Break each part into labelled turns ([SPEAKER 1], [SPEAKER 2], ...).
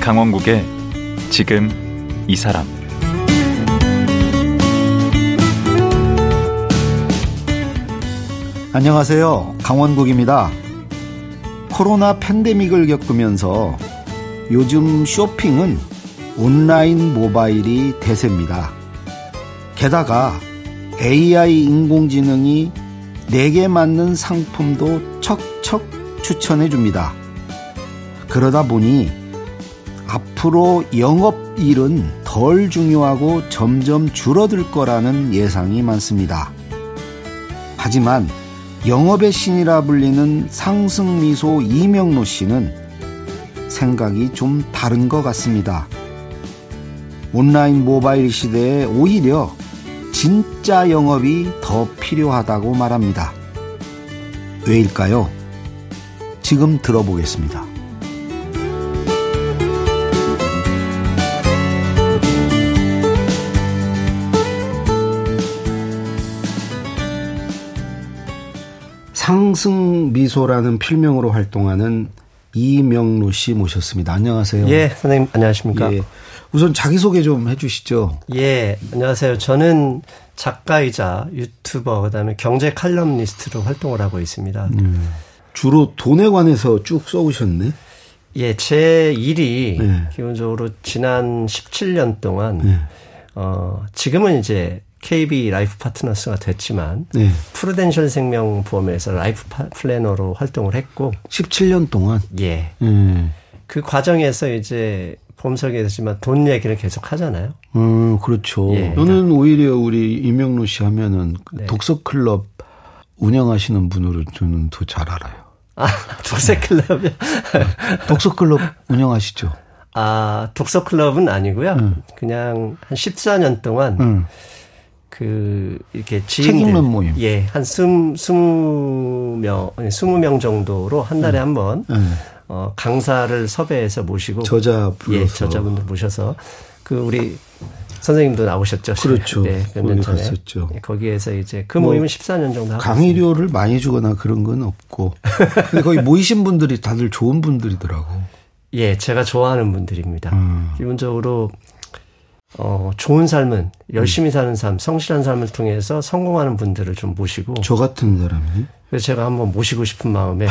[SPEAKER 1] 강원국의 지금 이 사람
[SPEAKER 2] 안녕하세요. 강원국입니다. 코로나 팬데믹을 겪으면서 요즘 쇼핑은 온라인 모바일이 대세입니다. 게다가 AI 인공지능이 내게 맞는 상품도 척척 추천해 줍니다. 그러다 보니 앞으로 영업 일은 덜 중요하고 점점 줄어들 거라는 예상이 많습니다. 하지만 영업의 신이라 불리는 상승미소 이명로 씨는 생각이 좀 다른 것 같습니다. 온라인 모바일 시대에 오히려 진짜 영업이 더 필요하다고 말합니다. 왜일까요? 지금 들어보겠습니다. 상승 미소라는 필명으로 활동하는 이명로 씨 모셨습니다. 안녕하세요.
[SPEAKER 3] 예, 선생님 안녕하십니까?
[SPEAKER 2] 예. 우선 자기소개 좀 해주시죠.
[SPEAKER 3] 예, 안녕하세요. 저는 작가이자 유튜버 그다음에 경제 칼럼니스트로 활동을 하고 있습니다.
[SPEAKER 2] 주로 돈에 관해서 쭉 써오셨네.
[SPEAKER 3] 예, 제 일이
[SPEAKER 2] 예.
[SPEAKER 3] 기본적으로 지난 17년 동안 어, 지금은 이제 KB 라이프 파트너스가 됐지만
[SPEAKER 2] 네.
[SPEAKER 3] 프루덴셜 생명보험에서 라이프 파- 플래너로 활동을 했고
[SPEAKER 2] 17년 동안.
[SPEAKER 3] 예.
[SPEAKER 2] 음,
[SPEAKER 3] 그 과정에서 이제 봄석에서지만 돈 얘기를 계속 하잖아요.
[SPEAKER 2] 음, 그렇죠.
[SPEAKER 3] 예. 네.
[SPEAKER 2] 저는 오히려 우리 이명로 씨 하면은 독서 클럽 운영하시는 분으로 저는 더 잘 알아요.
[SPEAKER 3] 아, 독서 클럽이요? 네.
[SPEAKER 2] 독서 클럽 운영하시죠.
[SPEAKER 3] 아, 독서 클럽은 아니고요. 그냥 한 14년 동안
[SPEAKER 2] 음.
[SPEAKER 3] 그 이렇게
[SPEAKER 2] 책
[SPEAKER 3] 지인들
[SPEAKER 2] 읽는 모임.
[SPEAKER 3] 예, 한 스무 스무 명 아니, 스무 명 정도로 한
[SPEAKER 2] 음.
[SPEAKER 3] 달에 한 번 어, 강사를 섭외해서 모시고
[SPEAKER 2] 저자 불러서.
[SPEAKER 3] 예, 저자분들 모셔서 그 우리 선생님도 나오셨죠.
[SPEAKER 2] 그렇죠.
[SPEAKER 3] 네, 몇년
[SPEAKER 2] 거기
[SPEAKER 3] 전에
[SPEAKER 2] 갔었죠. 뭐
[SPEAKER 3] 예, 거기에서 이제 그 모임은 14년 정도 하고 있습니다.
[SPEAKER 2] 강의료를 많이 주거나 그런 건 없고. 근데 거기 모이신 분들이 다들 좋은 분들이더라고.
[SPEAKER 3] 예, 제가 좋아하는 분들입니다.
[SPEAKER 2] 음.
[SPEAKER 3] 기본적으로 어, 좋은 삶은
[SPEAKER 2] 음.
[SPEAKER 3] 열심히 사는 삶, 성실한 삶을 통해서 성공하는 분들을 좀 모시고
[SPEAKER 2] 저 같은 사람이.
[SPEAKER 3] 그래서 제가 한번 모시고 싶은 마음에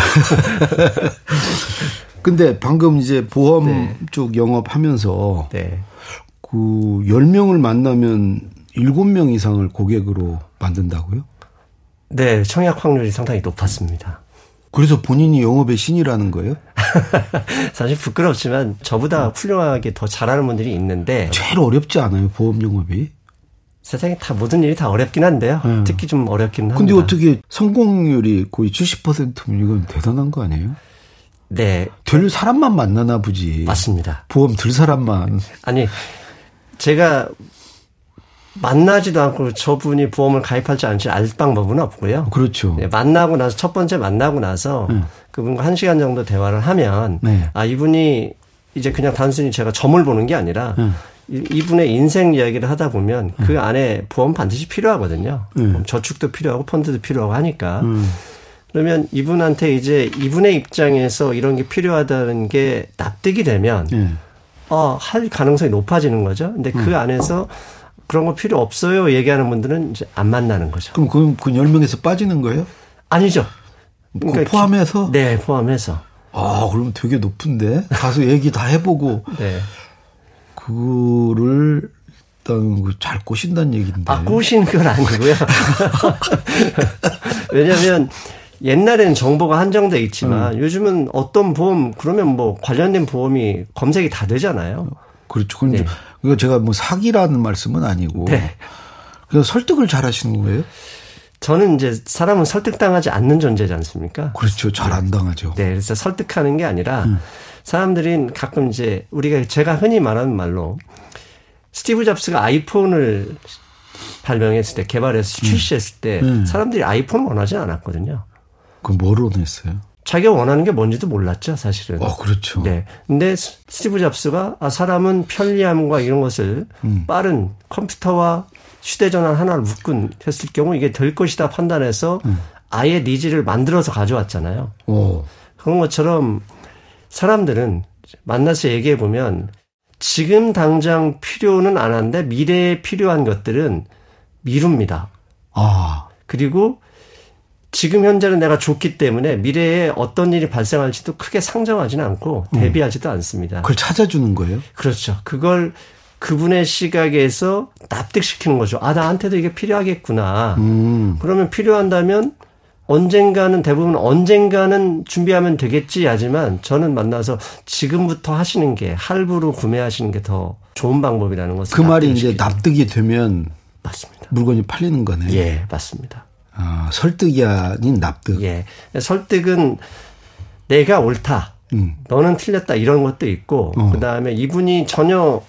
[SPEAKER 2] 근데 방금 이제 보험 쪽 영업하면서
[SPEAKER 3] 네.
[SPEAKER 2] 그 10명을 만나면 7명 이상을 고객으로 만든다고요?
[SPEAKER 3] 네, 청약 확률이 상당히 높았습니다.
[SPEAKER 2] 그래서 본인이 영업의 신이라는 거예요?
[SPEAKER 3] 사실 부끄럽지만
[SPEAKER 2] 음.
[SPEAKER 3] 저보다 훌륭하게 더 잘하는 분들이 있는데
[SPEAKER 2] 제일 어렵지 않아요, 보험 영업이.
[SPEAKER 3] 세상에 다 모든 일이 다 어렵긴 한데요. 특히 좀 어렵긴 합니다.
[SPEAKER 2] 음. 근데 어떻게 성공률이 거의 70%면 이건 대단한 거 아니에요?
[SPEAKER 3] 네,
[SPEAKER 2] 될 사람만 만나나 보지.
[SPEAKER 3] 맞습니다.
[SPEAKER 2] 보험 들 사람만.
[SPEAKER 3] 아니 제가 만나지도 않고 저분이 보험을 가입할지 안지 알 방법은 없고요.
[SPEAKER 2] 그렇죠.
[SPEAKER 3] 네, 만나고 나서 첫 번째 만나고 나서 그분과 한 시간 정도 대화를 하면
[SPEAKER 2] 네.
[SPEAKER 3] 아 이분이 이제 그냥 단순히 제가 점을 보는 게 아니라 이- 이분의 인생 이야기를 하다 보면 그 안에 보험 반드시 필요하거든요. 그럼 저축도 필요하고 펀드도 필요하고 하니까 그러면 이분한테 이제 이분의 입장에서 이런 게 필요하다는 게 납득이 되면
[SPEAKER 2] 예.
[SPEAKER 3] 어, 할 가능성이 높아지는 거죠. 근데
[SPEAKER 2] 음.
[SPEAKER 3] 그 안에서 그런 거 필요 없어요 얘기하는 분들은 이제 안 만나는 거죠.
[SPEAKER 2] 그럼 그, 그 10명에서 빠지는 거예요?
[SPEAKER 3] 아니죠.
[SPEAKER 2] 그
[SPEAKER 3] 그러니까
[SPEAKER 2] 포함해서?
[SPEAKER 3] 네, 포함해서.
[SPEAKER 2] 아, 그럼 되게 높은데? 가서 얘기 다 해보고,
[SPEAKER 3] 네.
[SPEAKER 2] 그거를 일단 그잘 꼬신다는 얘기인데.
[SPEAKER 3] 아, 꼬신 건 아니고요. 왜냐면, 하 옛날에는 정보가 한정돼
[SPEAKER 2] 음.
[SPEAKER 3] 있지만, 요즘은 어떤 보험, 그러면 뭐 관련된 보험이 검색이 다 되잖아요.
[SPEAKER 2] 그렇죠. 그럼 이제 그러니까 제가 뭐 사기라는 말씀은 아니고.
[SPEAKER 3] 네.
[SPEAKER 2] 그래서 설득을 잘 하시는 거예요?
[SPEAKER 3] 저는 이제 사람은 설득당하지 않는 존재지 않습니까?
[SPEAKER 2] 그렇죠. 잘 안 당하죠.
[SPEAKER 3] 네, 그래서 설득하는 게 아니라 사람들은 가끔 이제 우리가 제가 흔히 말하는 말로 스티브 잡스가 아이폰을 발명했을 때 개발해서 출시했을 때 사람들이 아이폰 원하지 않았거든요.
[SPEAKER 2] 그럼 뭐로 냈어요?
[SPEAKER 3] 자기가 원하는 게 뭔지도 몰랐죠, 사실은.
[SPEAKER 2] 어, 그렇죠.
[SPEAKER 3] 네. 근데 스- 스티브 잡스가 아 사람은 편리함과 이런 것을 빠른 컴퓨터와 휴대전화 하나를 묶은 했을 경우 이게 될 것이다 판단해서 아예 니즈를 만들어서 가져왔잖아요.
[SPEAKER 2] 어.
[SPEAKER 3] 그런 것처럼 사람들은 만나서 얘기해 보면 지금 당장 필요는 안 한데 미래에 필요한 것들은 미룹니다.
[SPEAKER 2] 아,
[SPEAKER 3] 그리고 지금 현재는 내가 좋기 때문에 미래에 어떤 일이 발생할지도 크게 상정하지는 않고 대비하지도 않습니다.
[SPEAKER 2] 그걸 찾아주는 거예요?
[SPEAKER 3] 그렇죠. 그걸 그분의 시각에서 납득시키는 거죠. 아, 나한테도 이게 필요하겠구나.
[SPEAKER 2] 음.
[SPEAKER 3] 그러면 필요한다면 언젠가는 대부분 언젠가는 준비하면 되겠지 하지만 저는 만나서 지금부터 하시는 게 할부로 구매하시는 게 더 좋은 방법이라는 것을
[SPEAKER 2] 그 말이
[SPEAKER 3] 납득시키죠.
[SPEAKER 2] 이제 납득이 되면
[SPEAKER 3] 맞습니다.
[SPEAKER 2] 물건이 팔리는 거네.
[SPEAKER 3] 예, 맞습니다.
[SPEAKER 2] 아, 설득이 아닌 납득.
[SPEAKER 3] 예. 설득은 내가 옳다.
[SPEAKER 2] 음.
[SPEAKER 3] 너는 틀렸다. 이런 것도 있고,
[SPEAKER 2] 어.
[SPEAKER 3] 그 다음에 이분이 전혀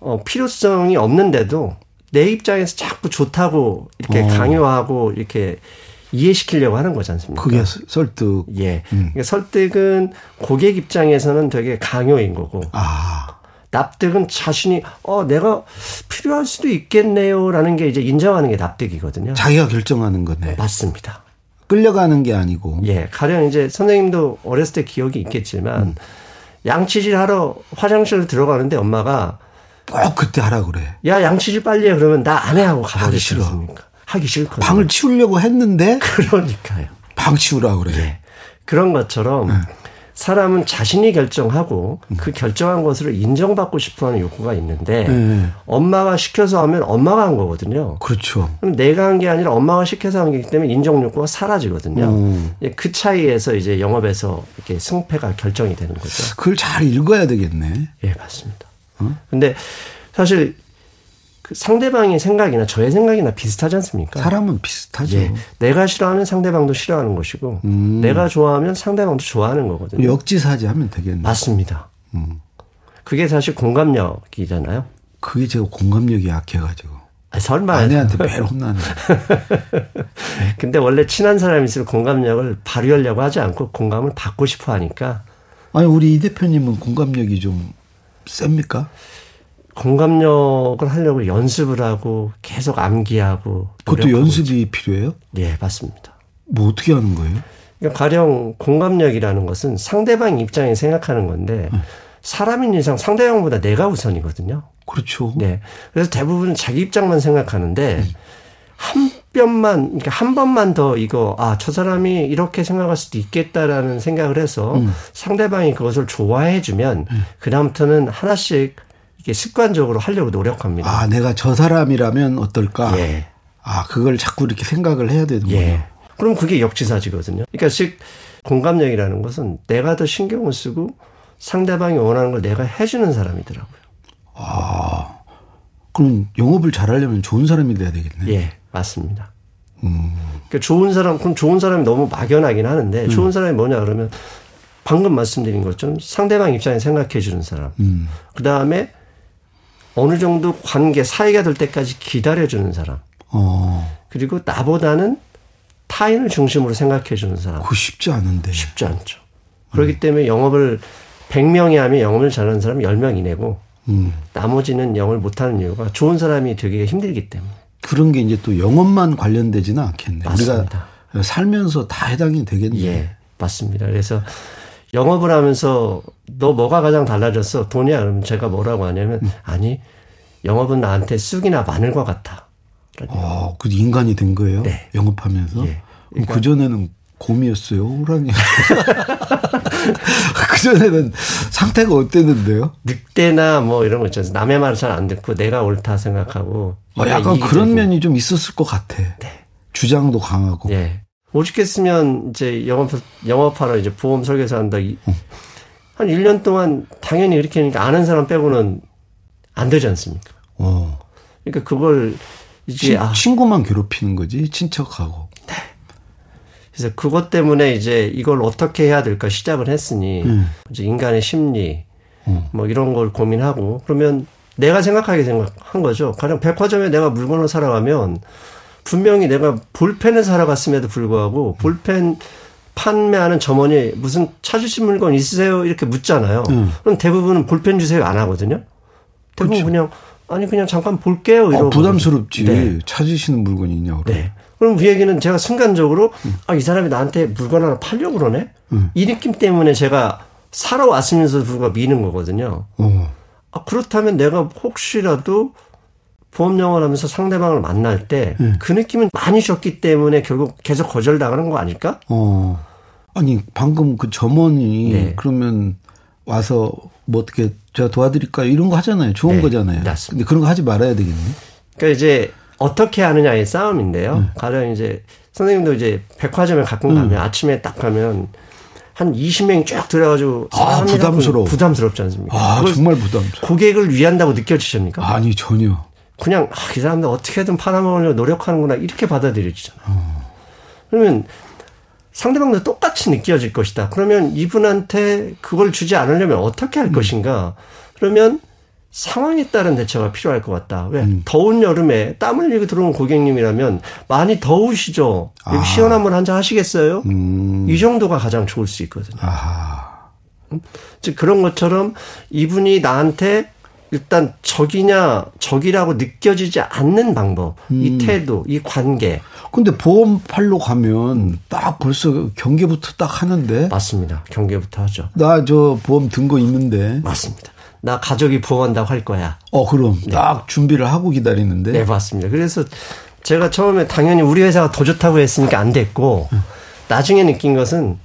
[SPEAKER 3] 어, 필요성이 없는데도 내 입장에서 자꾸 좋다고 이렇게
[SPEAKER 2] 어.
[SPEAKER 3] 강요하고 이렇게 이해시키려고 하는 거지 않습니까?
[SPEAKER 2] 그게 음. 서- 설득.
[SPEAKER 3] 그러니까. 예. 그러니까 설득은 고객 입장에서는 되게 강요인 거고,
[SPEAKER 2] 아,
[SPEAKER 3] 납득은 자신이, 어, 내가 필요할 수도 있겠네요. 라는 게 이제 인정하는 게 납득이거든요.
[SPEAKER 2] 자기가 결정하는 거네.
[SPEAKER 3] 맞습니다.
[SPEAKER 2] 끌려가는 게 아니고.
[SPEAKER 3] 예, 가령 이제 선생님도 어렸을 때 기억이 있겠지만
[SPEAKER 2] 음.
[SPEAKER 3] 양치질 하러 화장실을 들어가는데 엄마가
[SPEAKER 2] 꼭 그때 하라 그래.
[SPEAKER 3] 야 양치질 빨리 해 그러면 나 안 해 하고
[SPEAKER 2] 하기
[SPEAKER 3] 가버리지
[SPEAKER 2] 싫어.
[SPEAKER 3] 않습니까? 하기 싫거든요.
[SPEAKER 2] 방을 치우려고 했는데
[SPEAKER 3] 그러니까요. 예.
[SPEAKER 2] 방 치우라 그래.
[SPEAKER 3] 그런 것처럼
[SPEAKER 2] 네.
[SPEAKER 3] 사람은 자신이 결정하고 그 결정한 것으로 인정받고 싶어하는 욕구가 있는데
[SPEAKER 2] 음. 네.
[SPEAKER 3] 엄마가 시켜서 하면 엄마가 한 거거든요.
[SPEAKER 2] 그렇죠.
[SPEAKER 3] 그럼 내가 한 게 아니라 엄마가 시켜서 한 거기 때문에 인정 욕구가 사라지거든요.
[SPEAKER 2] 음.
[SPEAKER 3] 예, 그 차이에서 이제 영업에서 이렇게 승패가 결정이 되는 거죠.
[SPEAKER 2] 그걸 잘 읽어야 되겠네.
[SPEAKER 3] 예, 맞습니다. 근데 사실 그 상대방의 생각이나 저의 생각이나 비슷하지 않습니까?
[SPEAKER 2] 사람은 비슷하죠.
[SPEAKER 3] 예. 내가 싫어하는 상대방도 싫어하는 것이고,
[SPEAKER 2] 음.
[SPEAKER 3] 내가 좋아하면 상대방도 좋아하는 거거든요.
[SPEAKER 2] 역지사지 하면 되겠네.
[SPEAKER 3] 아. 맞습니다.
[SPEAKER 2] 음.
[SPEAKER 3] 그게 사실 공감력이잖아요.
[SPEAKER 2] 그게 제가 공감력이 약해가지고
[SPEAKER 3] 아, 설마.
[SPEAKER 2] 아내한테 네. 매일 혼나는.
[SPEAKER 3] 근데 원래 친한 사람일수록 공감력을 발휘하려고 하지 않고 공감을 받고 싶어 하니까
[SPEAKER 2] 아니 우리 이 대표님은 공감력이 좀 셉니까?
[SPEAKER 3] 공감력을 하려고 연습을 하고 계속 암기하고.
[SPEAKER 2] 그것도
[SPEAKER 3] 노력하고
[SPEAKER 2] 연습이 필요해요?
[SPEAKER 3] 예, 맞습니다.
[SPEAKER 2] 뭐 어떻게 하는 거예요?
[SPEAKER 3] 그러니까 가령 공감력이라는 것은 상대방 입장에 생각하는 건데 사람인 이상 상대방보다 내가 우선이거든요.
[SPEAKER 2] 그렇죠.
[SPEAKER 3] 네. 그래서 대부분 자기 입장만 생각하는데 한 뼘만 그러니까 한 번만 더 이거 아 저 사람이 이렇게 생각할 수도 있겠다라는 생각을 해서 상대방이 그것을 좋아해 주면 그다음부터는 하나씩 이게 습관적으로 하려고 노력합니다.
[SPEAKER 2] 아 내가 저 사람이라면 어떨까?
[SPEAKER 3] 예.
[SPEAKER 2] 아 그걸 자꾸 이렇게 생각을 해야 되는군요.
[SPEAKER 3] 예. 그럼 그게 역지사지거든요. 그러니까 즉 공감력이라는 것은 내가 더 신경을 쓰고 상대방이 원하는 걸 내가 해주는 사람이더라고요.
[SPEAKER 2] 그럼 영업을 잘하려면 좋은 사람이 돼야 되겠네.
[SPEAKER 3] 예, 맞습니다. 그러니까 좋은 사람 그럼 좋은 사람이 너무 막연하긴 하는데 좋은 사람이 뭐냐 그러면 방금 말씀드린 것처럼 상대방 입장에 생각해 주는 사람. 그 다음에 어느 정도 관계 사이가 될 때까지 기다려 주는 사람.
[SPEAKER 2] 어,
[SPEAKER 3] 그리고 나보다는 타인을 중심으로 생각해 주는 사람.
[SPEAKER 2] 그거 쉽지 않은데.
[SPEAKER 3] 쉽지 않죠. 그렇기 때문에 영업을 100명이 하면 영업을 잘하는 사람이 10명 이내고
[SPEAKER 2] 음.
[SPEAKER 3] 나머지는 영업을 못하는 이유가 좋은 사람이 되기가 힘들기 때문에.
[SPEAKER 2] 그런 게 이제 또 영업만 관련되지는 않겠네.
[SPEAKER 3] 맞습니다.
[SPEAKER 2] 우리가 살면서 다 해당이 되겠네.
[SPEAKER 3] 예, 맞습니다. 그래서 영업을 하면서 너 뭐가 가장 달라졌어? 돈이야? 그러면 제가 뭐라고 하냐면
[SPEAKER 2] 음.
[SPEAKER 3] 아니 영업은 나한테 쑥이나 마늘과 같아.
[SPEAKER 2] 어, 그 인간이 된 거예요.
[SPEAKER 3] 네.
[SPEAKER 2] 영업하면서.
[SPEAKER 3] 예.
[SPEAKER 2] 그 전에는 곰이었어요, 호랑이. 그 전에는 상태가 어땠는데요?
[SPEAKER 3] 늑대나 뭐 이런 거 있잖아요. 남의 말을 잘 안 듣고 내가 옳다 생각하고.
[SPEAKER 2] 어,
[SPEAKER 3] 내가
[SPEAKER 2] 약간
[SPEAKER 3] 네, 이기게 네.
[SPEAKER 2] 그런
[SPEAKER 3] 되고.
[SPEAKER 2] 면이 좀 있었을 것 같아. 주장도 강하고.
[SPEAKER 3] 예. 오죽했으면 이제 영업 영업하러 이제 보험 설계사 한다. 이- 한 1년 동안 당연히 이렇게 하니까 아는 사람 빼고는 안 되지 않습니까?
[SPEAKER 2] 어.
[SPEAKER 3] 그러니까 그걸 이제
[SPEAKER 2] 친-
[SPEAKER 3] 아,
[SPEAKER 2] 친구만 괴롭히는 거지, 친척하고. 아,
[SPEAKER 3] 그래서 그것 때문에 이제 이걸 어떻게 해야 될까 시작을 했으니
[SPEAKER 2] 음.
[SPEAKER 3] 이제 인간의 심리 뭐 이런 걸 고민하고 그러면 내가 생각하게 생각한 거죠. 가령 백화점에 내가 물건을 사러 가면 분명히 내가 볼펜을 사러 갔음에도 불구하고 볼펜 판매하는 점원이 무슨 찾으신 물건 있으세요? 이렇게 묻잖아요.
[SPEAKER 2] 음.
[SPEAKER 3] 그럼 대부분은 볼펜 주세요 안 하거든요. 대부분 그냥 아니 그냥 잠깐 볼게요.
[SPEAKER 2] 그렇죠. 어,
[SPEAKER 3] 이러고
[SPEAKER 2] 부담스럽지.
[SPEAKER 3] 네.
[SPEAKER 2] 찾으시는 물건이 있냐고. 그래.
[SPEAKER 3] 네. 그럼 그 얘기는 제가
[SPEAKER 2] 음.
[SPEAKER 3] 순간적으로 아, 이 사람이 나한테 물건 하나 팔려고 그러네? 이 느낌 때문에 제가 살아왔으면서도 불구하고 미는 거거든요.
[SPEAKER 2] 오.
[SPEAKER 3] 아, 그렇다면 내가 혹시라도 보험 영화를 하면서 상대방을 만날 때
[SPEAKER 2] 예.
[SPEAKER 3] 그 느낌은 많이 줬기 때문에 결국 계속 거절당하는 거 아닐까?
[SPEAKER 2] 어. 아니, 방금 그 점원이
[SPEAKER 3] 네.
[SPEAKER 2] 그러면 와서 뭐 어떻게 제가 도와드릴까요? 이런 거 하잖아요. 좋은
[SPEAKER 3] 네,
[SPEAKER 2] 거잖아요.
[SPEAKER 3] 맞습니다.
[SPEAKER 2] 근데 그런 거 하지 말아야 되겠네.
[SPEAKER 3] 그러니까 이제 어떻게 하느냐의 싸움인데요.
[SPEAKER 2] 예.
[SPEAKER 3] 가령 이제 선생님도 이제 백화점에 가끔
[SPEAKER 2] 음.
[SPEAKER 3] 가면 아침에 딱 가면 한 20명이 쭉 들어가지고
[SPEAKER 2] 아, 부담스러워.
[SPEAKER 3] 부담스럽지 않습니까?
[SPEAKER 2] 아,
[SPEAKER 3] 그걸
[SPEAKER 2] 정말 부담스러워.
[SPEAKER 3] 고객을 위한다고 느껴지십니까?
[SPEAKER 2] 아니, 전혀.
[SPEAKER 3] 그냥 아, 이 사람들 어떻게든 팔아먹으려고 노력하는구나 이렇게 받아들여지잖아요. 그러면 상대방도 똑같이 느껴질 것이다. 그러면 이분한테 그걸 주지 않으려면 어떻게 할 것인가? 그러면 상황에 따른 대처가 필요할 것 같다. 왜? 더운 여름에 땀 흘리고 들어온 고객님이라면 많이 더우시죠? 여기 시원한 물 한 잔 하시겠어요? 이 정도가 가장 좋을 수 있거든요.
[SPEAKER 2] 아,
[SPEAKER 3] 즉 그런 것처럼 이분이 나한테 일단 적이냐 적이라고 느껴지지 않는 방법 이 태도 이 관계
[SPEAKER 2] 근데 보험 팔로 가면 딱 벌써 경계부터 딱 하는데
[SPEAKER 3] 맞습니다 경계부터 하죠
[SPEAKER 2] 나 저 보험 든 거 있는데
[SPEAKER 3] 맞습니다 나 가족이 보호한다고 할 거야
[SPEAKER 2] 어 그럼 딱 준비를 하고 기다리는데
[SPEAKER 3] 네 맞습니다 그래서 제가 처음에 당연히 우리 회사가 더 좋다고 했으니까 안 됐고 나중에 느낀 것은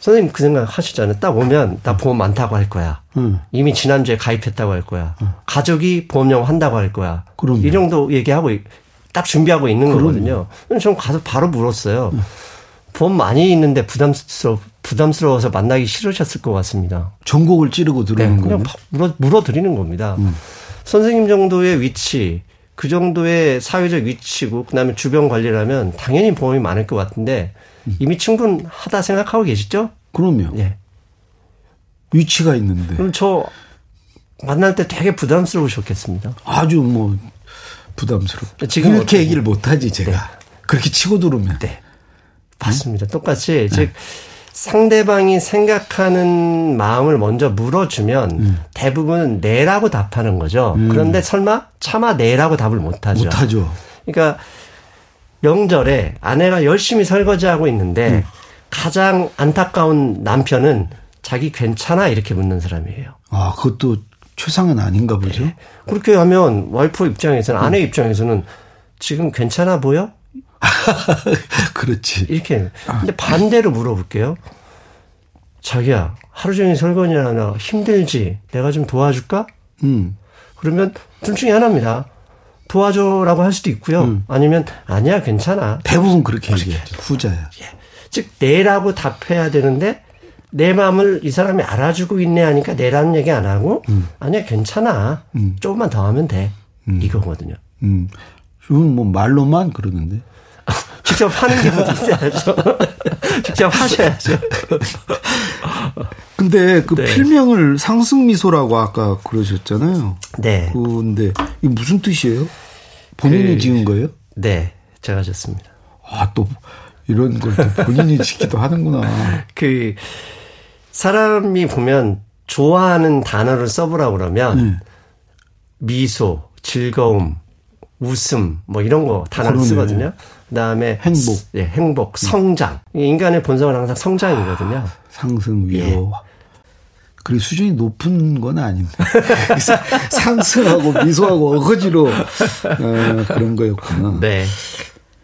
[SPEAKER 3] 선생님 그 생각 하시잖아요 딱 오면 나 보험 많다고 할 거야
[SPEAKER 2] 음.
[SPEAKER 3] 이미 지난주에 가입했다고 할 거야 가족이 보험료 한다고 할 거야
[SPEAKER 2] 그럼요.
[SPEAKER 3] 이 정도 얘기하고 있- 딱 준비하고 있는 거거든요. 그럼 저는 가서 바로 물었어요. 보험 많이 있는데 부담스러 부담스러워서 만나기 싫으셨을 것 같습니다.
[SPEAKER 2] 전곡을 찌르고 들어오는 거예요.
[SPEAKER 3] 그냥 팍 물어 물어드리는 겁니다. 선생님 정도의 위치, 그 정도의 사회적 위치고 그다음에 주변 관리라면 당연히 보험이 많을 것 같은데 이미 충분하다 생각하고 계시죠?
[SPEAKER 2] 그럼요.
[SPEAKER 3] 예.
[SPEAKER 2] 위치가 있는데
[SPEAKER 3] 그럼 저 만날 때 되게 부담스러우셨겠습니다.
[SPEAKER 2] 아주 뭐 부담스럽죠. 이렇게
[SPEAKER 3] 지금
[SPEAKER 2] 네.
[SPEAKER 3] 어떻게-
[SPEAKER 2] 얘기를 못 하지 제가 그렇게 치고 들어오면.
[SPEAKER 3] 맞습니다. 똑같이 즉 상대방이 생각하는 마음을 먼저 물어주면 대부분 네라고 답하는 거죠. 그런데 설마 차마 네라고 답을 음. 못 하죠.
[SPEAKER 2] 못 하죠.
[SPEAKER 3] 그러니까 명절에 아내가 열심히 설거지하고 있는데 가장 안타까운 남편은 자기 괜찮아 이렇게 묻는 사람이에요.
[SPEAKER 2] 아 그것도 최상은 아닌가 보죠.
[SPEAKER 3] 그렇게 하면 와이프 입장에서는 아내 입장에서는 지금 괜찮아 보여?
[SPEAKER 2] 그렇지.
[SPEAKER 3] 이렇게. 근데 반대로 물어볼게요. 자기야, 하루 종일 설거지나 하나 힘들지? 내가 좀 도와줄까?
[SPEAKER 2] 음.
[SPEAKER 3] 그러면 둘 중에 하나입니다. 도와줘라고 할 수도 있고요. 아니면 아니야, 괜찮아.
[SPEAKER 2] 대부분 그렇게 얘기하죠. 후자야.
[SPEAKER 3] 즉 내라고 답해야 되는데 내 마음을 이 사람이 알아주고 있네 하니까 내라는 얘기 안 하고 아니야, 괜찮아. 조금만 더 하면 돼. 이거거든요.
[SPEAKER 2] 음. 이건 뭐 말로만 그러는데.
[SPEAKER 3] 직접 하는 게 먼저 있어야죠. 직접 하셔야죠.
[SPEAKER 2] 근데
[SPEAKER 3] 네.
[SPEAKER 2] 그 필명을 상승미소라고 아까 그러셨잖아요.
[SPEAKER 3] 네.
[SPEAKER 2] 근데 이게 무슨 뜻이에요? 본인이
[SPEAKER 3] 그-
[SPEAKER 2] 지은 거예요?
[SPEAKER 3] 네. 제가 좋습니다.
[SPEAKER 2] 아 또 이런 걸 또 본인이 짓기도 하는구나.
[SPEAKER 3] 그 사람이 보면 좋아하는 단어를 써보라고 그러면
[SPEAKER 2] 네.
[SPEAKER 3] 미소, 즐거움, 웃음 뭐 이런 거 단어를
[SPEAKER 2] 그러네.
[SPEAKER 3] 쓰거든요. 그다음에
[SPEAKER 2] 행복.
[SPEAKER 3] 스- 예, 행복, 성장. 인간의 본성은 항상 성장이거든요.
[SPEAKER 2] 상승 위로.
[SPEAKER 3] 예.
[SPEAKER 2] 그리고 수준이 높은 건 아닌데 사- 상승하고 미소하고 어거지로 어, 그런 거였구나.
[SPEAKER 3] 네.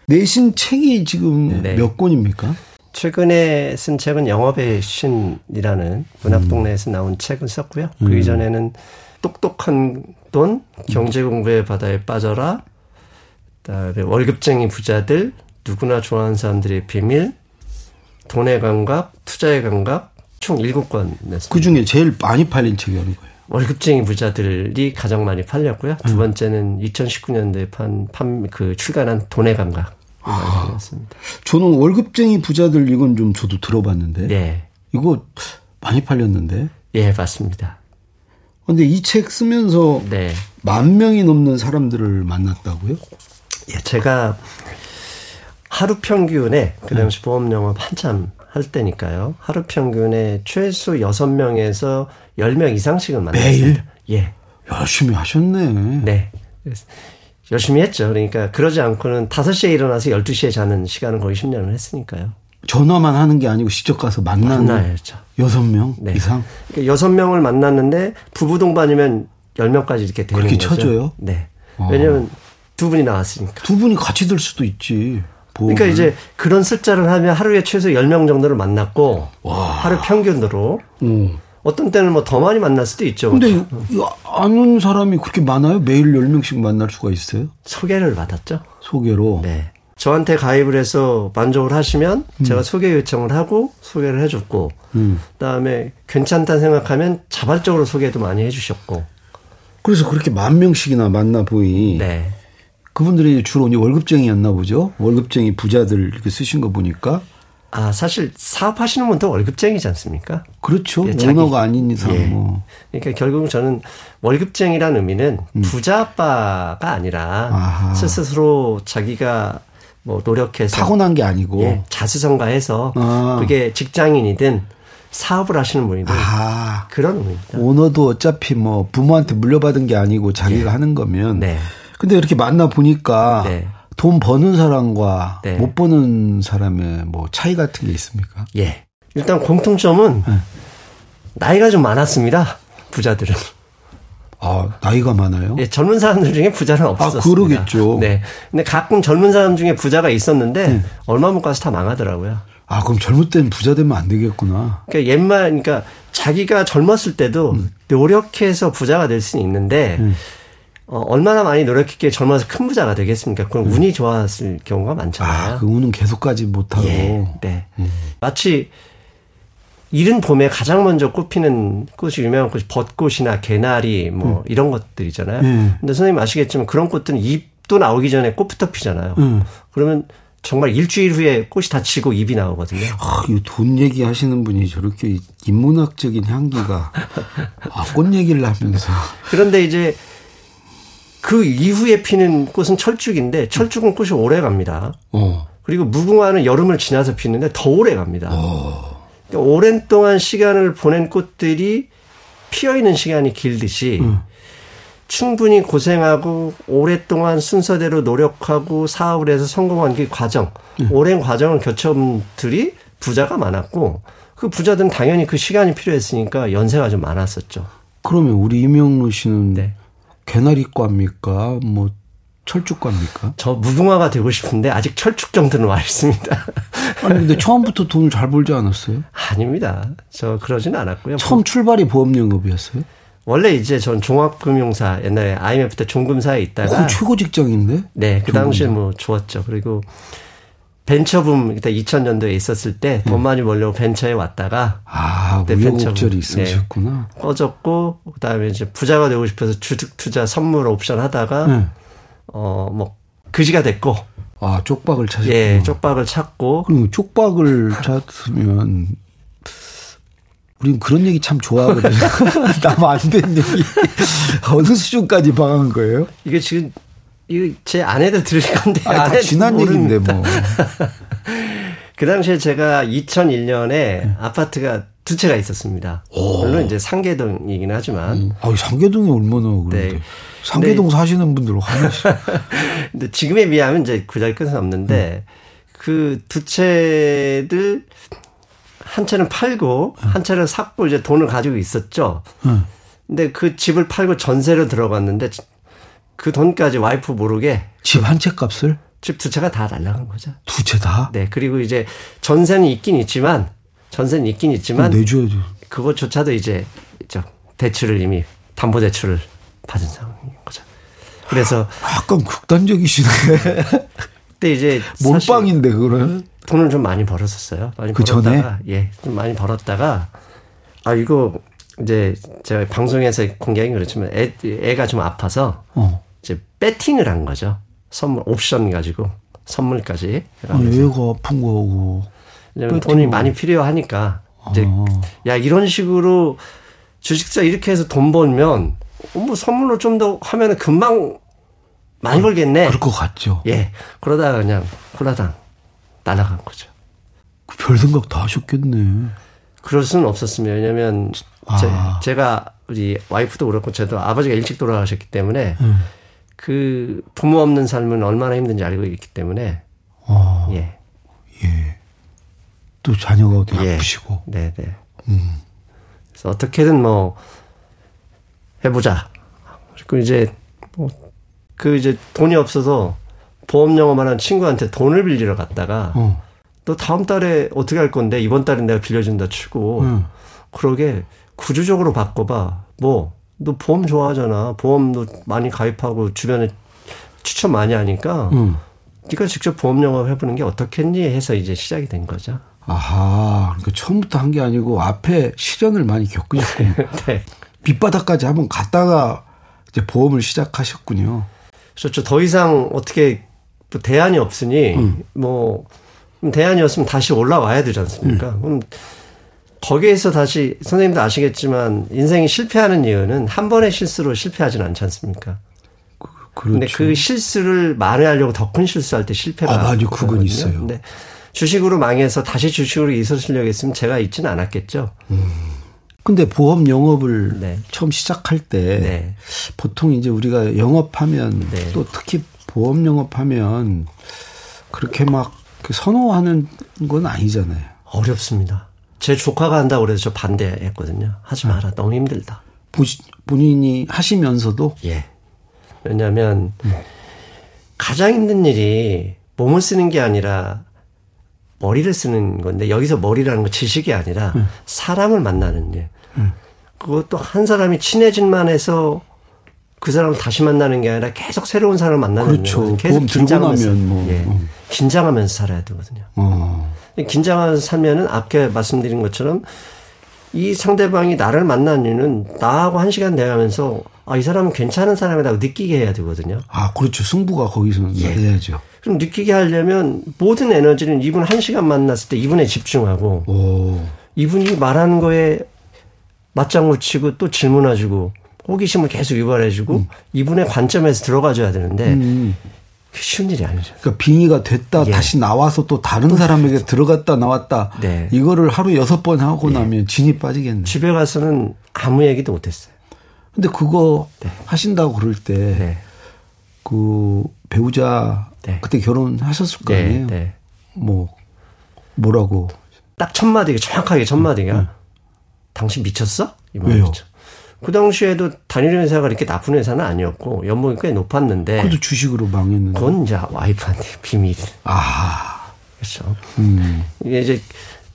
[SPEAKER 2] 내신 책이 지금
[SPEAKER 3] 네.
[SPEAKER 2] 몇 권입니까?
[SPEAKER 3] 최근에 쓴 책은 영업의 신이라는 문학동네에서 나온 책을 썼고요. 그 이전에는 똑똑한 돈, 경제공부의 바다에 빠져라, 그다음에 월급쟁이 부자들, 누구나 좋아하는 사람들의 비밀, 돈의 감각, 투자의 감각, 총 7권 냈습니다.
[SPEAKER 2] 그 중에 제일 많이 팔린 책이 어느 거예요?
[SPEAKER 3] 월급쟁이 부자들이 가장 많이 팔렸고요. 두 번째는 2019년도에 판, 판, 그 출간한 돈의 감각. 많이 팔렸습니다.
[SPEAKER 2] 저는 월급쟁이 부자들 이건 좀 저도 들어봤는데
[SPEAKER 3] 네.
[SPEAKER 2] 이거 많이 팔렸는데.
[SPEAKER 3] 예, 맞습니다.
[SPEAKER 2] 근데 이 책 쓰면서
[SPEAKER 3] 네.
[SPEAKER 2] 만 명이 넘는 사람들을 만났다고요?
[SPEAKER 3] 예, 제가 하루 평균에 그
[SPEAKER 2] 네.
[SPEAKER 3] 당시 보험 영업 한참 할 때니까요. 하루 평균에 최소 6명에서 10명 이상씩은 만났습니다. 예.
[SPEAKER 2] 열심히 하셨네.
[SPEAKER 3] 네. 그래서 열심히 했죠. 그러니까 그러지 않고는 5시에 일어나서 12시에 자는 시간은 거의 10년을 했으니까요.
[SPEAKER 2] 전화만 하는 게 아니고 직접 가서 만나는
[SPEAKER 3] 만나야죠.
[SPEAKER 2] 여섯 명
[SPEAKER 3] 네.
[SPEAKER 2] 이상
[SPEAKER 3] 그러니까 여섯 명을 만났는데 부부 동반이면 열 명까지 이렇게 되는
[SPEAKER 2] 그렇게
[SPEAKER 3] 거죠.
[SPEAKER 2] 쳐줘요? 어.
[SPEAKER 3] 네. 왜냐면 두 분이 나왔으니까.
[SPEAKER 2] 두 분이 같이 들 수도 있지. 뭐. 보험을.
[SPEAKER 3] 그러니까 이제 그런 숫자를 하면 하루에 최소 열 명 정도를 만났고 하루 평균으로
[SPEAKER 2] 어.
[SPEAKER 3] 어떤 때는 뭐 더 많이 만날 수도 있죠. 뭐
[SPEAKER 2] 근데 이거 아는 사람이 그렇게 많아요? 매일 열 명씩 만날 수가 있어요?
[SPEAKER 3] 소개를 받았죠.
[SPEAKER 2] 소개로.
[SPEAKER 3] 네. 저한테 가입을 해서 만족을 하시면
[SPEAKER 2] 음.
[SPEAKER 3] 제가 소개 요청을 하고 소개를 해줬고 그다음에 괜찮다 생각하면 자발적으로 소개도 많이 해주셨고
[SPEAKER 2] 음. 그래서 그렇게 만 명씩이나 만나 보이.
[SPEAKER 3] 네.
[SPEAKER 2] 그분들이 주로 이제 월급쟁이였나 보죠. 월급쟁이 부자들 이렇게 쓰신 거 보니까
[SPEAKER 3] 아 사실 사업하시는 분도 월급쟁이지 않습니까?
[SPEAKER 2] 그렇죠.
[SPEAKER 3] 예, 자기-
[SPEAKER 2] 오너가 아닌 이상
[SPEAKER 3] 예.
[SPEAKER 2] 뭐.
[SPEAKER 3] 그러니까 결국 저는 월급쟁이라는 의미는 부자 아빠가 아니라
[SPEAKER 2] 음. 아하.
[SPEAKER 3] 스스로 자기가 뭐 노력해서
[SPEAKER 2] 타고난 게 아니고.
[SPEAKER 3] 예, 자수성가해서
[SPEAKER 2] 아.
[SPEAKER 3] 그게 직장인이든 사업을 하시는 분이든
[SPEAKER 2] 아.
[SPEAKER 3] 그런 의미입니다.
[SPEAKER 2] 오너도 어차피 뭐 부모한테 물려받은 게 아니고 자기가 하는 거면.
[SPEAKER 3] 네.
[SPEAKER 2] 근데 이렇게 만나 보니까
[SPEAKER 3] 네.
[SPEAKER 2] 돈 버는 사람과
[SPEAKER 3] 네.
[SPEAKER 2] 못 버는 사람의 뭐 차이 같은 게 있습니까?
[SPEAKER 3] 예. 일단 공통점은
[SPEAKER 2] 네.
[SPEAKER 3] 나이가 좀 많았습니다. 부자들은.
[SPEAKER 2] 아 나이가 많아요?
[SPEAKER 3] 예, 젊은 사람들 중에 부자는 없었습니다.
[SPEAKER 2] 아, 그러겠죠. 네.
[SPEAKER 3] 네. 근데 가끔 젊은 사람 중에 부자가 있었는데 얼마 못 가서 다 망하더라고요.
[SPEAKER 2] 아 그럼 젊을 땐 부자 되면 안 되겠구나.
[SPEAKER 3] 그러니까 옛말 그러니까 자기가 젊었을 때도
[SPEAKER 2] 음.
[SPEAKER 3] 노력해서 부자가 될 수는 있는데 어, 얼마나 많이 노력했기에 젊어서 큰 부자가 되겠습니까? 그건 운이 좋았을 경우가 많잖아요.
[SPEAKER 2] 음. 아 그거는 음. 계속까지 못하고.
[SPEAKER 3] 예, 네. 마치 이른 봄에 가장 먼저 꼽히는 꽃이 유명한 꽃이 벚꽃이나 개나리 뭐 이런 것들이잖아요.
[SPEAKER 2] 음. 예.
[SPEAKER 3] 근데 선생님 아시겠지만 그런 꽃들은 잎도 나오기 전에 꽃부터 피잖아요.
[SPEAKER 2] 음.
[SPEAKER 3] 그러면 정말 일주일 후에 꽃이 다 지고 잎이 나오거든요.
[SPEAKER 2] 아, 이돈 얘기하시는 분이 저렇게 인문학적인 향기가 아, 꽃 얘기를 하면서
[SPEAKER 3] 그런데 이제 그 이후에 피는 꽃은 철쭉인데 철쭉은 꽃이 오래 갑니다.
[SPEAKER 2] 어
[SPEAKER 3] 그리고 무궁화는 여름을 지나서 피는데 더 오래 갑니다. 그러니까 오랜 동안 시간을 보낸 꽃들이 피어 있는 시간이 길듯이 충분히 고생하고 오랫동안 순서대로 노력하고 사업을 해서 성공한 그 과정, 오랜 과정을 겪은 들이 부자가 많았고 그 부자들은 당연히 그 시간이 필요했으니까 연세가 좀 많았었죠.
[SPEAKER 2] 그러면 우리 임영로 씨는
[SPEAKER 3] 네.
[SPEAKER 2] 개나리과입니까? 뭐 철쭉과입니까?
[SPEAKER 3] 저 무궁화가 되고 싶은데 아직 철쭉 정도는 와 있습니다.
[SPEAKER 2] 아니 근데 처음부터 돈을 잘 벌지 않았어요?
[SPEAKER 3] 아닙니다. 저 그러진 않았고요.
[SPEAKER 2] 처음 출발이 보험연금이었어요?
[SPEAKER 3] 원래 이제 전 종합금융사 옛날에 IMF 때 종금사에
[SPEAKER 2] 그
[SPEAKER 3] 있다가
[SPEAKER 2] 최고 직장인데?
[SPEAKER 3] 네, 그 당시에 뭐 좋았죠. 그리고 벤처붐 그때 2000년도에 있었을 때
[SPEAKER 2] 음.
[SPEAKER 3] 돈 많이 벌려고 벤처에 왔다가
[SPEAKER 2] 아
[SPEAKER 3] 네, 벤처.
[SPEAKER 2] 우여곡절이 있으셨구나.
[SPEAKER 3] 꺼졌고 그다음에 이제 부자가 되고 싶어서 주식 투자 선물 옵션 하다가
[SPEAKER 2] 네.
[SPEAKER 3] 어 뭐 그지가 됐고
[SPEAKER 2] 아 쪽박을 찾으셨구나.
[SPEAKER 3] 예, 쪽박을 찾고
[SPEAKER 2] 그럼 쪽박을 찾으면 우린 그런 얘기 참 좋아하거든요. 나만 안 된 얘기. 어느 수준까지 방한 거예요?
[SPEAKER 3] 이게 지금 이거 제 아내도 들을 건데
[SPEAKER 2] 아니, 다
[SPEAKER 3] 아내도 네,
[SPEAKER 2] 지난
[SPEAKER 3] 모르는
[SPEAKER 2] 얘기인데 뭐.
[SPEAKER 3] 그 당시에 제가 2001년에 아파트가 두 채가 있었습니다. 물론 이제 상계동이긴 하지만.
[SPEAKER 2] 아, 상계동이 얼마나 그런데.
[SPEAKER 3] 네.
[SPEAKER 2] 상계동 사시는 분들 화나시
[SPEAKER 3] 근데 지금에 비하면 이제 그잘 끝은 없는데 그 두 채를 한 채는 팔고 한 채를 샀고 이제 돈을 가지고 있었죠. 근데 그 집을 팔고 전세로 들어갔는데 그 돈까지 와이프 모르게
[SPEAKER 2] 집한 채 값을
[SPEAKER 3] 집 두 채가 다 날라간 거죠.
[SPEAKER 2] 두 채 다?
[SPEAKER 3] 네. 그리고 이제 전세는 있긴 있지만 전세는 있긴 있지만
[SPEAKER 2] 내줘야죠.
[SPEAKER 3] 그것조차도 이제 저 대출을 이미 담보 대출을 받은 상황인 거죠. 그래서
[SPEAKER 2] 약간 극단적이시네.
[SPEAKER 3] 그때 이제 사실
[SPEAKER 2] 몰빵인데, 그거는.
[SPEAKER 3] 돈을 좀 많이 벌었었어요. 많이
[SPEAKER 2] 그
[SPEAKER 3] 벌었다가 예, 좀 많이 벌었다가 아 이거 이제 제가 방송에서 공개하기 그렇지만 애, 애가 좀 아파서
[SPEAKER 2] 어.
[SPEAKER 3] 이제 배팅을 한 거죠. 선물 옵션 가지고 선물까지
[SPEAKER 2] 아,
[SPEAKER 3] 네.
[SPEAKER 2] 얘가 아픈 거고.
[SPEAKER 3] 왜냐면 돈이 많이 필요하니까 이제
[SPEAKER 2] 아.
[SPEAKER 3] 야 이런 식으로 주식사 이렇게 해서 돈 벌면 어, 뭐 선물로 좀 더 하면은 금방 많이 벌겠네.
[SPEAKER 2] 그럴 것 같죠.
[SPEAKER 3] 예 그러다가 그냥 콜라당 날아간 거죠.
[SPEAKER 2] 그 별 생각 다 하셨겠네.
[SPEAKER 3] 그럴 수는 없었으면 왜냐면
[SPEAKER 2] 아.
[SPEAKER 3] 제, 가 우리 와이프도 그렇고 저도 아버지가 일찍 돌아가셨기 때문에
[SPEAKER 2] 음.
[SPEAKER 3] 그 부모
[SPEAKER 2] 아.
[SPEAKER 3] 예. 없는 삶은 얼마나 힘든지 알고 있기 때문에
[SPEAKER 2] 어,
[SPEAKER 3] 예
[SPEAKER 2] 예. 또 자녀가 어디
[SPEAKER 3] 예.
[SPEAKER 2] 아프시고. 음.
[SPEAKER 3] 네, 네. 그래서 어떻게든 뭐 해보자. 그리고 이제 뭐그 이제 돈이 없어서 보험 영업하는 친구한테 돈을 빌리러 갔다가
[SPEAKER 2] 어.
[SPEAKER 3] 또 다음 달에 어떻게 할 건데 이번 달에 내가 빌려준다 치고
[SPEAKER 2] 응.
[SPEAKER 3] 그러게 구조적으로 바꿔봐. 뭐, 너 보험 좋아하잖아. 보험도 많이 가입하고 주변에 추천 많이 하니까
[SPEAKER 2] 응.
[SPEAKER 3] 네가 직접 보험 영업 해보는 게 어떻겠니 해서 이제 시작이 된 거죠.
[SPEAKER 2] 아하. 그러니까 처음부터 한 게 아니고 앞에 시련을 많이 겪으셨군요.
[SPEAKER 3] 네.
[SPEAKER 2] 밑바닥까지 한번 갔다가 이제 보험을 시작하셨군요.
[SPEAKER 3] 그래서 저 그렇죠. 더 이상 어떻게 뭐 대안이 없으니
[SPEAKER 2] 음.
[SPEAKER 3] 뭐 그럼 대안이었으면 다시 올라와야 되지 않습니까?
[SPEAKER 2] 음.
[SPEAKER 3] 그럼 거기에서 다시 선생님도 아시겠지만 인생이 실패하는 이유는 한 번의 실수로 실패하진 않지 않습니까?
[SPEAKER 2] 그렇죠.
[SPEAKER 3] 근데 그 실수를 만회하려고 더 큰 실수할 때 실패가
[SPEAKER 2] 아, 맞아요. 그건
[SPEAKER 3] 있거든요.
[SPEAKER 2] 있어요.
[SPEAKER 3] 근데 주식으로 망해서 다시 주식으로 이서시려고 했으면 제가 있지는 않았겠죠.
[SPEAKER 2] 음. 근데 보험 영업을
[SPEAKER 3] 네.
[SPEAKER 2] 처음 시작할 때
[SPEAKER 3] 네.
[SPEAKER 2] 보통 이제 우리가 영업하면
[SPEAKER 3] 네.
[SPEAKER 2] 또 특히 보험 영업하면 그렇게 막그 선호하는 건 아니잖아요.
[SPEAKER 3] 어렵습니다. 제 조카가 한다고 그래서 저 반대했거든요. 하지
[SPEAKER 2] 아.
[SPEAKER 3] 마라. 너무 힘들다.
[SPEAKER 2] 보시- 본인이 하시면서도
[SPEAKER 3] 예. 왜냐하면
[SPEAKER 2] 네.
[SPEAKER 3] 가장 힘든 일이 몸을 쓰는 게 아니라 머리를 쓰는 건데 여기서 머리라는 건 지식이 아니라
[SPEAKER 2] 음.
[SPEAKER 3] 사람을 만나는 일. 그것도 한 사람이 친해질만 해서 그 사람을 다시 만나는 게 아니라 계속 새로운 사람을 만나는
[SPEAKER 2] 그렇죠.
[SPEAKER 3] 거예요.
[SPEAKER 2] 보험 들고 나면 뭐.
[SPEAKER 3] 예.
[SPEAKER 2] 음.
[SPEAKER 3] 긴장하면서 살아야 되거든요.
[SPEAKER 2] 어,
[SPEAKER 3] 긴장하면서 살면은 아까 말씀드린 것처럼 이 상대방이 나를 만난 이유는 나하고 한 시간 대화하면서 아 이 사람은 괜찮은 사람이라고 느끼게 해야 되거든요.
[SPEAKER 2] 아 그렇죠. 승부가 거기서
[SPEAKER 3] 예.
[SPEAKER 2] 해야죠.
[SPEAKER 3] 그럼 느끼게 하려면 모든 에너지는 이분 한 시간 만났을 때 이분에 집중하고
[SPEAKER 2] 오,
[SPEAKER 3] 이분이 말하는 거에 맞장구 치고 또 질문해주고 호기심을 계속 유발해주고
[SPEAKER 2] 음.
[SPEAKER 3] 이분의 관점에서 들어가줘야 되는데 그게 쉬운 일이 아니죠.
[SPEAKER 2] 그러니까 빙의가 됐다
[SPEAKER 3] 예.
[SPEAKER 2] 다시 나와서 또 다른 사람에게 들어갔다 나왔다
[SPEAKER 3] 네. 예.
[SPEAKER 2] 이거를 하루 여섯 번 하고 나면 진이 빠지겠네.
[SPEAKER 3] 집에 가서는 아무 얘기도 못했어요.
[SPEAKER 2] 근데 그거 하신다고 그럴 때
[SPEAKER 3] 네.
[SPEAKER 2] 그 배우자
[SPEAKER 3] 네.
[SPEAKER 2] 그때 결혼하셨을 거
[SPEAKER 3] 네,
[SPEAKER 2] 아니에요.
[SPEAKER 3] 네.
[SPEAKER 2] 뭐 뭐라고
[SPEAKER 3] 딱 첫 마디가 정확하게 첫 마디가 당신 미쳤어? 이
[SPEAKER 2] 네. 왜요?
[SPEAKER 3] 말이죠. 그 당시에도 단일 회사가 이렇게 나쁜 회사는 아니었고 연봉이 꽤 높았는데
[SPEAKER 2] 그래도 주식으로 망했는데.
[SPEAKER 3] 네. 그건 이제 와이프한테 비밀.
[SPEAKER 2] 아, 음.
[SPEAKER 3] 그렇죠. 이게 이제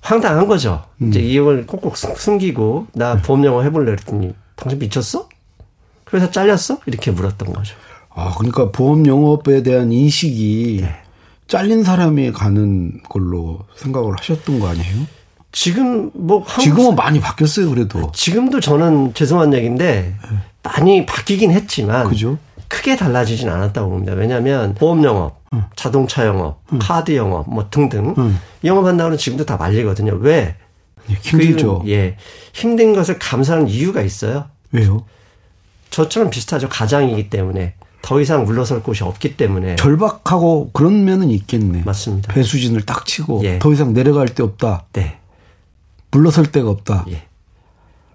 [SPEAKER 3] 황당한 거죠. 이제 이걸 꼭꼭 숨- 숨기고 나
[SPEAKER 2] 네.
[SPEAKER 3] 보험 영어 해볼래 그랬더니 당신 미쳤어? 그 회사 잘렸어? 이렇게 물었던 거죠.
[SPEAKER 2] 아 그러니까 보험 영업에 대한 인식이
[SPEAKER 3] 네.
[SPEAKER 2] 잘린 사람이 가는 걸로 생각을 하셨던 거 아니에요?
[SPEAKER 3] 지금 뭐 한국
[SPEAKER 2] 지금은 많이 바뀌었어요, 그래도.
[SPEAKER 3] 지금도 저는 죄송한 얘기인데 많이 바뀌긴 했지만
[SPEAKER 2] 네. 그죠?
[SPEAKER 3] 크게 달라지진 않았다고 봅니다. 왜냐하면 보험 영업,
[SPEAKER 2] 음.
[SPEAKER 3] 자동차 영업, 카드 영업 뭐 등등 영업한다고는 지금도 다 말리거든요. 왜?
[SPEAKER 2] 예, 힘들죠.
[SPEAKER 3] 그 이유는, 예, 힘든 것을 감사하는 이유가 있어요.
[SPEAKER 2] 왜요?
[SPEAKER 3] 저처럼 비슷하죠. 가장이기 때문에 더 이상 물러설 곳이 없기 때문에
[SPEAKER 2] 절박하고 그런 면은 있겠네.
[SPEAKER 3] 예. 맞습니다.
[SPEAKER 2] 배수진을 딱 치고
[SPEAKER 3] 예.
[SPEAKER 2] 더 이상 내려갈 데 없다.
[SPEAKER 3] 네,
[SPEAKER 2] 물러설 데가 없다.
[SPEAKER 3] 예.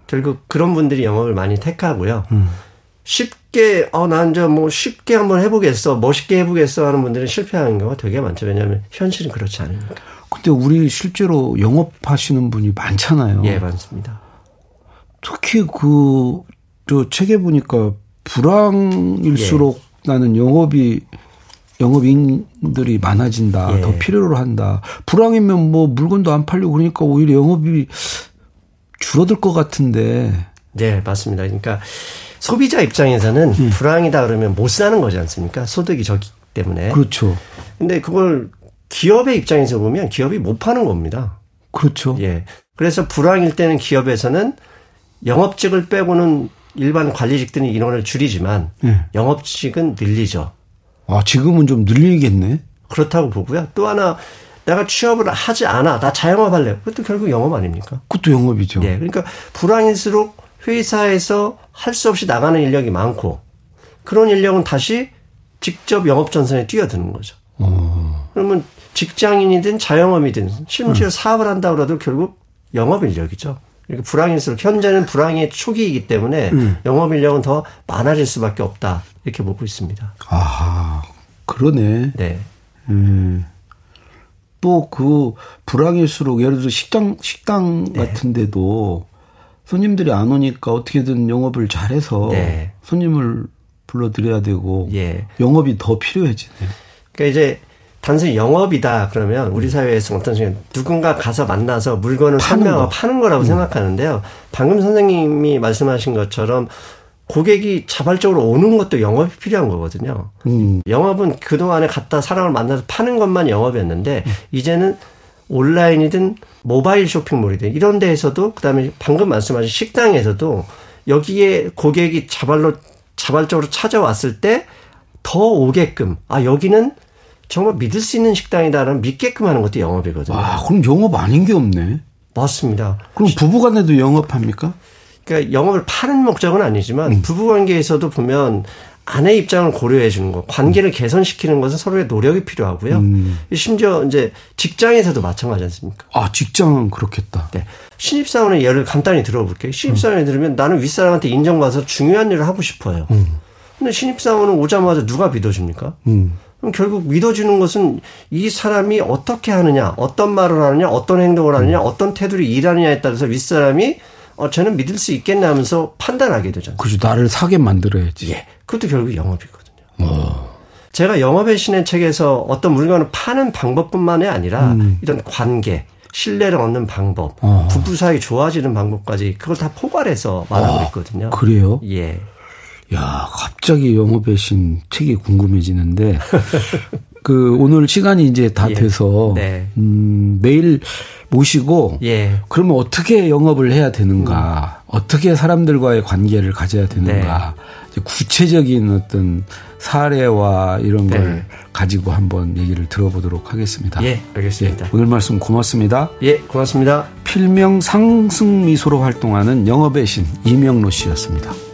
[SPEAKER 3] 결국 그런 분들이 영업을 많이 택하고요. 쉽게 어난저뭐 쉽게 한번 해보겠어, 멋있게 해보겠어 하는 분들은 실패하는 경우가 되게 많죠. 왜냐하면 현실은 그렇지 않으니까.
[SPEAKER 2] 근데 우리 실제로 영업하시는 분이 많잖아요.
[SPEAKER 3] 예, 맞습니다.
[SPEAKER 2] 특히 그, 저 책에 보니까 불황일수록
[SPEAKER 3] 예.
[SPEAKER 2] 나는 영업이, 영업인들이 많아진다.
[SPEAKER 3] 예.
[SPEAKER 2] 더 필요로 한다. 불황이면 뭐 물건도 안 팔리고 그러니까 오히려 영업이 줄어들 것 같은데.
[SPEAKER 3] 네, 맞습니다. 그러니까 소비자 입장에서는 불황이다 그러면 못 사는 거지 않습니까? 소득이 적기 때문에.
[SPEAKER 2] 그렇죠.
[SPEAKER 3] 근데 그걸 기업의 입장에서 보면 기업이 못 파는 겁니다.
[SPEAKER 2] 그렇죠.
[SPEAKER 3] 예. 그래서 불황일 때는 기업에서는 영업직을 빼고는 일반 관리직들은 인원을 줄이지만
[SPEAKER 2] 예.
[SPEAKER 3] 영업직은 늘리죠.
[SPEAKER 2] 아, 지금은 좀 늘리겠네.
[SPEAKER 3] 그렇다고 보고요. 또 하나 내가 취업을 하지 않아. 나 자영업 할래. 그것도 결국 영업 아닙니까?
[SPEAKER 2] 그것도 영업이죠.
[SPEAKER 3] 예. 그러니까 불황일수록 회사에서 할 수 없이 나가는 인력이 많고 그런 인력은 다시 직접 영업 전선에 뛰어드는 거죠. 그러면 직장인이든 자영업이든 심지어 사업을 한다 그래도 결국 영업 인력이죠. 그러니까 불황일수록 현재는 불황의 초기이기 때문에 영업 인력은 더 많아질 수밖에 없다 네. 이렇게 보고 있습니다.
[SPEAKER 2] 아, 그러네.
[SPEAKER 3] 네.
[SPEAKER 2] 음. 또 그 불황일수록 예를 들어 식당 식당
[SPEAKER 3] 네.
[SPEAKER 2] 같은데도 손님들이 안 오니까 어떻게든 영업을 잘해서
[SPEAKER 3] 네.
[SPEAKER 2] 손님을 불러드려야 되고
[SPEAKER 3] 예.
[SPEAKER 2] 영업이 더 필요해지네요.
[SPEAKER 3] 그러니까 이제 단순히 영업이다 그러면 우리 사회에서 어떤 식으로 누군가 가서 만나서
[SPEAKER 2] 음.
[SPEAKER 3] 물건을
[SPEAKER 2] 파는
[SPEAKER 3] 판매하고
[SPEAKER 2] 거. 음.
[SPEAKER 3] 파는 거라고 생각하는데요. 방금 선생님이 말씀하신 것처럼 고객이 자발적으로 오는 것도 영업이 필요한 거거든요.
[SPEAKER 2] 음.
[SPEAKER 3] 영업은 그동안에 갖다 사람을 만나서 파는 것만 영업이었는데 이제는 온라인이든 모바일 쇼핑몰이든 이런 데에서도 그다음에 방금 말씀하신 식당에서도 여기에 고객이 자발로 자발적으로 찾아왔을 때 더 오게끔 아 여기는 정말 믿을 수 있는 식당이다라는 믿게끔 하는 것도 영업이거든요.
[SPEAKER 2] 아 그럼 영업 아닌 게 없네.
[SPEAKER 3] 맞습니다.
[SPEAKER 2] 그럼 부부간에도 영업합니까?
[SPEAKER 3] 그러니까 영업을 파는 목적은 아니지만 부부 관계에서도 보면 아내 입장을 고려해 주는 것, 관계를 개선시키는 것은 서로의 노력이 필요하고요. 심지어 이제 직장에서도 마찬가지 않습니까?
[SPEAKER 2] 아 직장은 그렇겠다.
[SPEAKER 3] 네. 신입사원의 예를 간단히 들어볼게요. 신입사원이 들으면 나는 윗사람한테 인정받아서 중요한 일을 하고 싶어요. 근데 신입사원은 오자마자 누가 믿어줍니까? 그럼 결국 믿어주는 것은 이 사람이 어떻게 하느냐, 어떤 말을 하느냐, 어떤 행동을 하느냐, 어떤 태도로 일하느냐에 따라서 윗사람이 어, 쟤는 믿을 수 있겠나 하면서 판단하게 되잖아요.
[SPEAKER 2] 그죠 나를 사게 만들어야지. 어,
[SPEAKER 3] 그것도 결국 영업이거든요. 제가 영업의 신의 책에서 어떤 물건을 파는 방법뿐만이 아니라 이런 관계, 신뢰를 얻는 방법, 부부 사이 좋아지는 방법까지 그걸 다 포괄해서 말하고 있거든요.
[SPEAKER 2] 그래요?
[SPEAKER 3] 예.
[SPEAKER 2] 야, 갑자기 영업의 신 책이 궁금해지는데, 그, 오늘 시간이 이제 다 돼서,
[SPEAKER 3] 네.
[SPEAKER 2] 음, 내일 모시고,
[SPEAKER 3] 예. 음.
[SPEAKER 2] 그러면 어떻게 영업을 해야 되는가, 어떻게 사람들과의 관계를 가져야 되는가,
[SPEAKER 3] 네.
[SPEAKER 2] 이제 구체적인 어떤 사례와 이런
[SPEAKER 3] 네.
[SPEAKER 2] 걸 가지고 한번 얘기를 들어보도록 하겠습니다.
[SPEAKER 3] 예, 알겠습니다.
[SPEAKER 2] 오늘 말씀 고맙습니다.
[SPEAKER 3] 예, 고맙습니다.
[SPEAKER 2] 필명 상승미소로 활동하는 영업의 신 이명로 씨였습니다.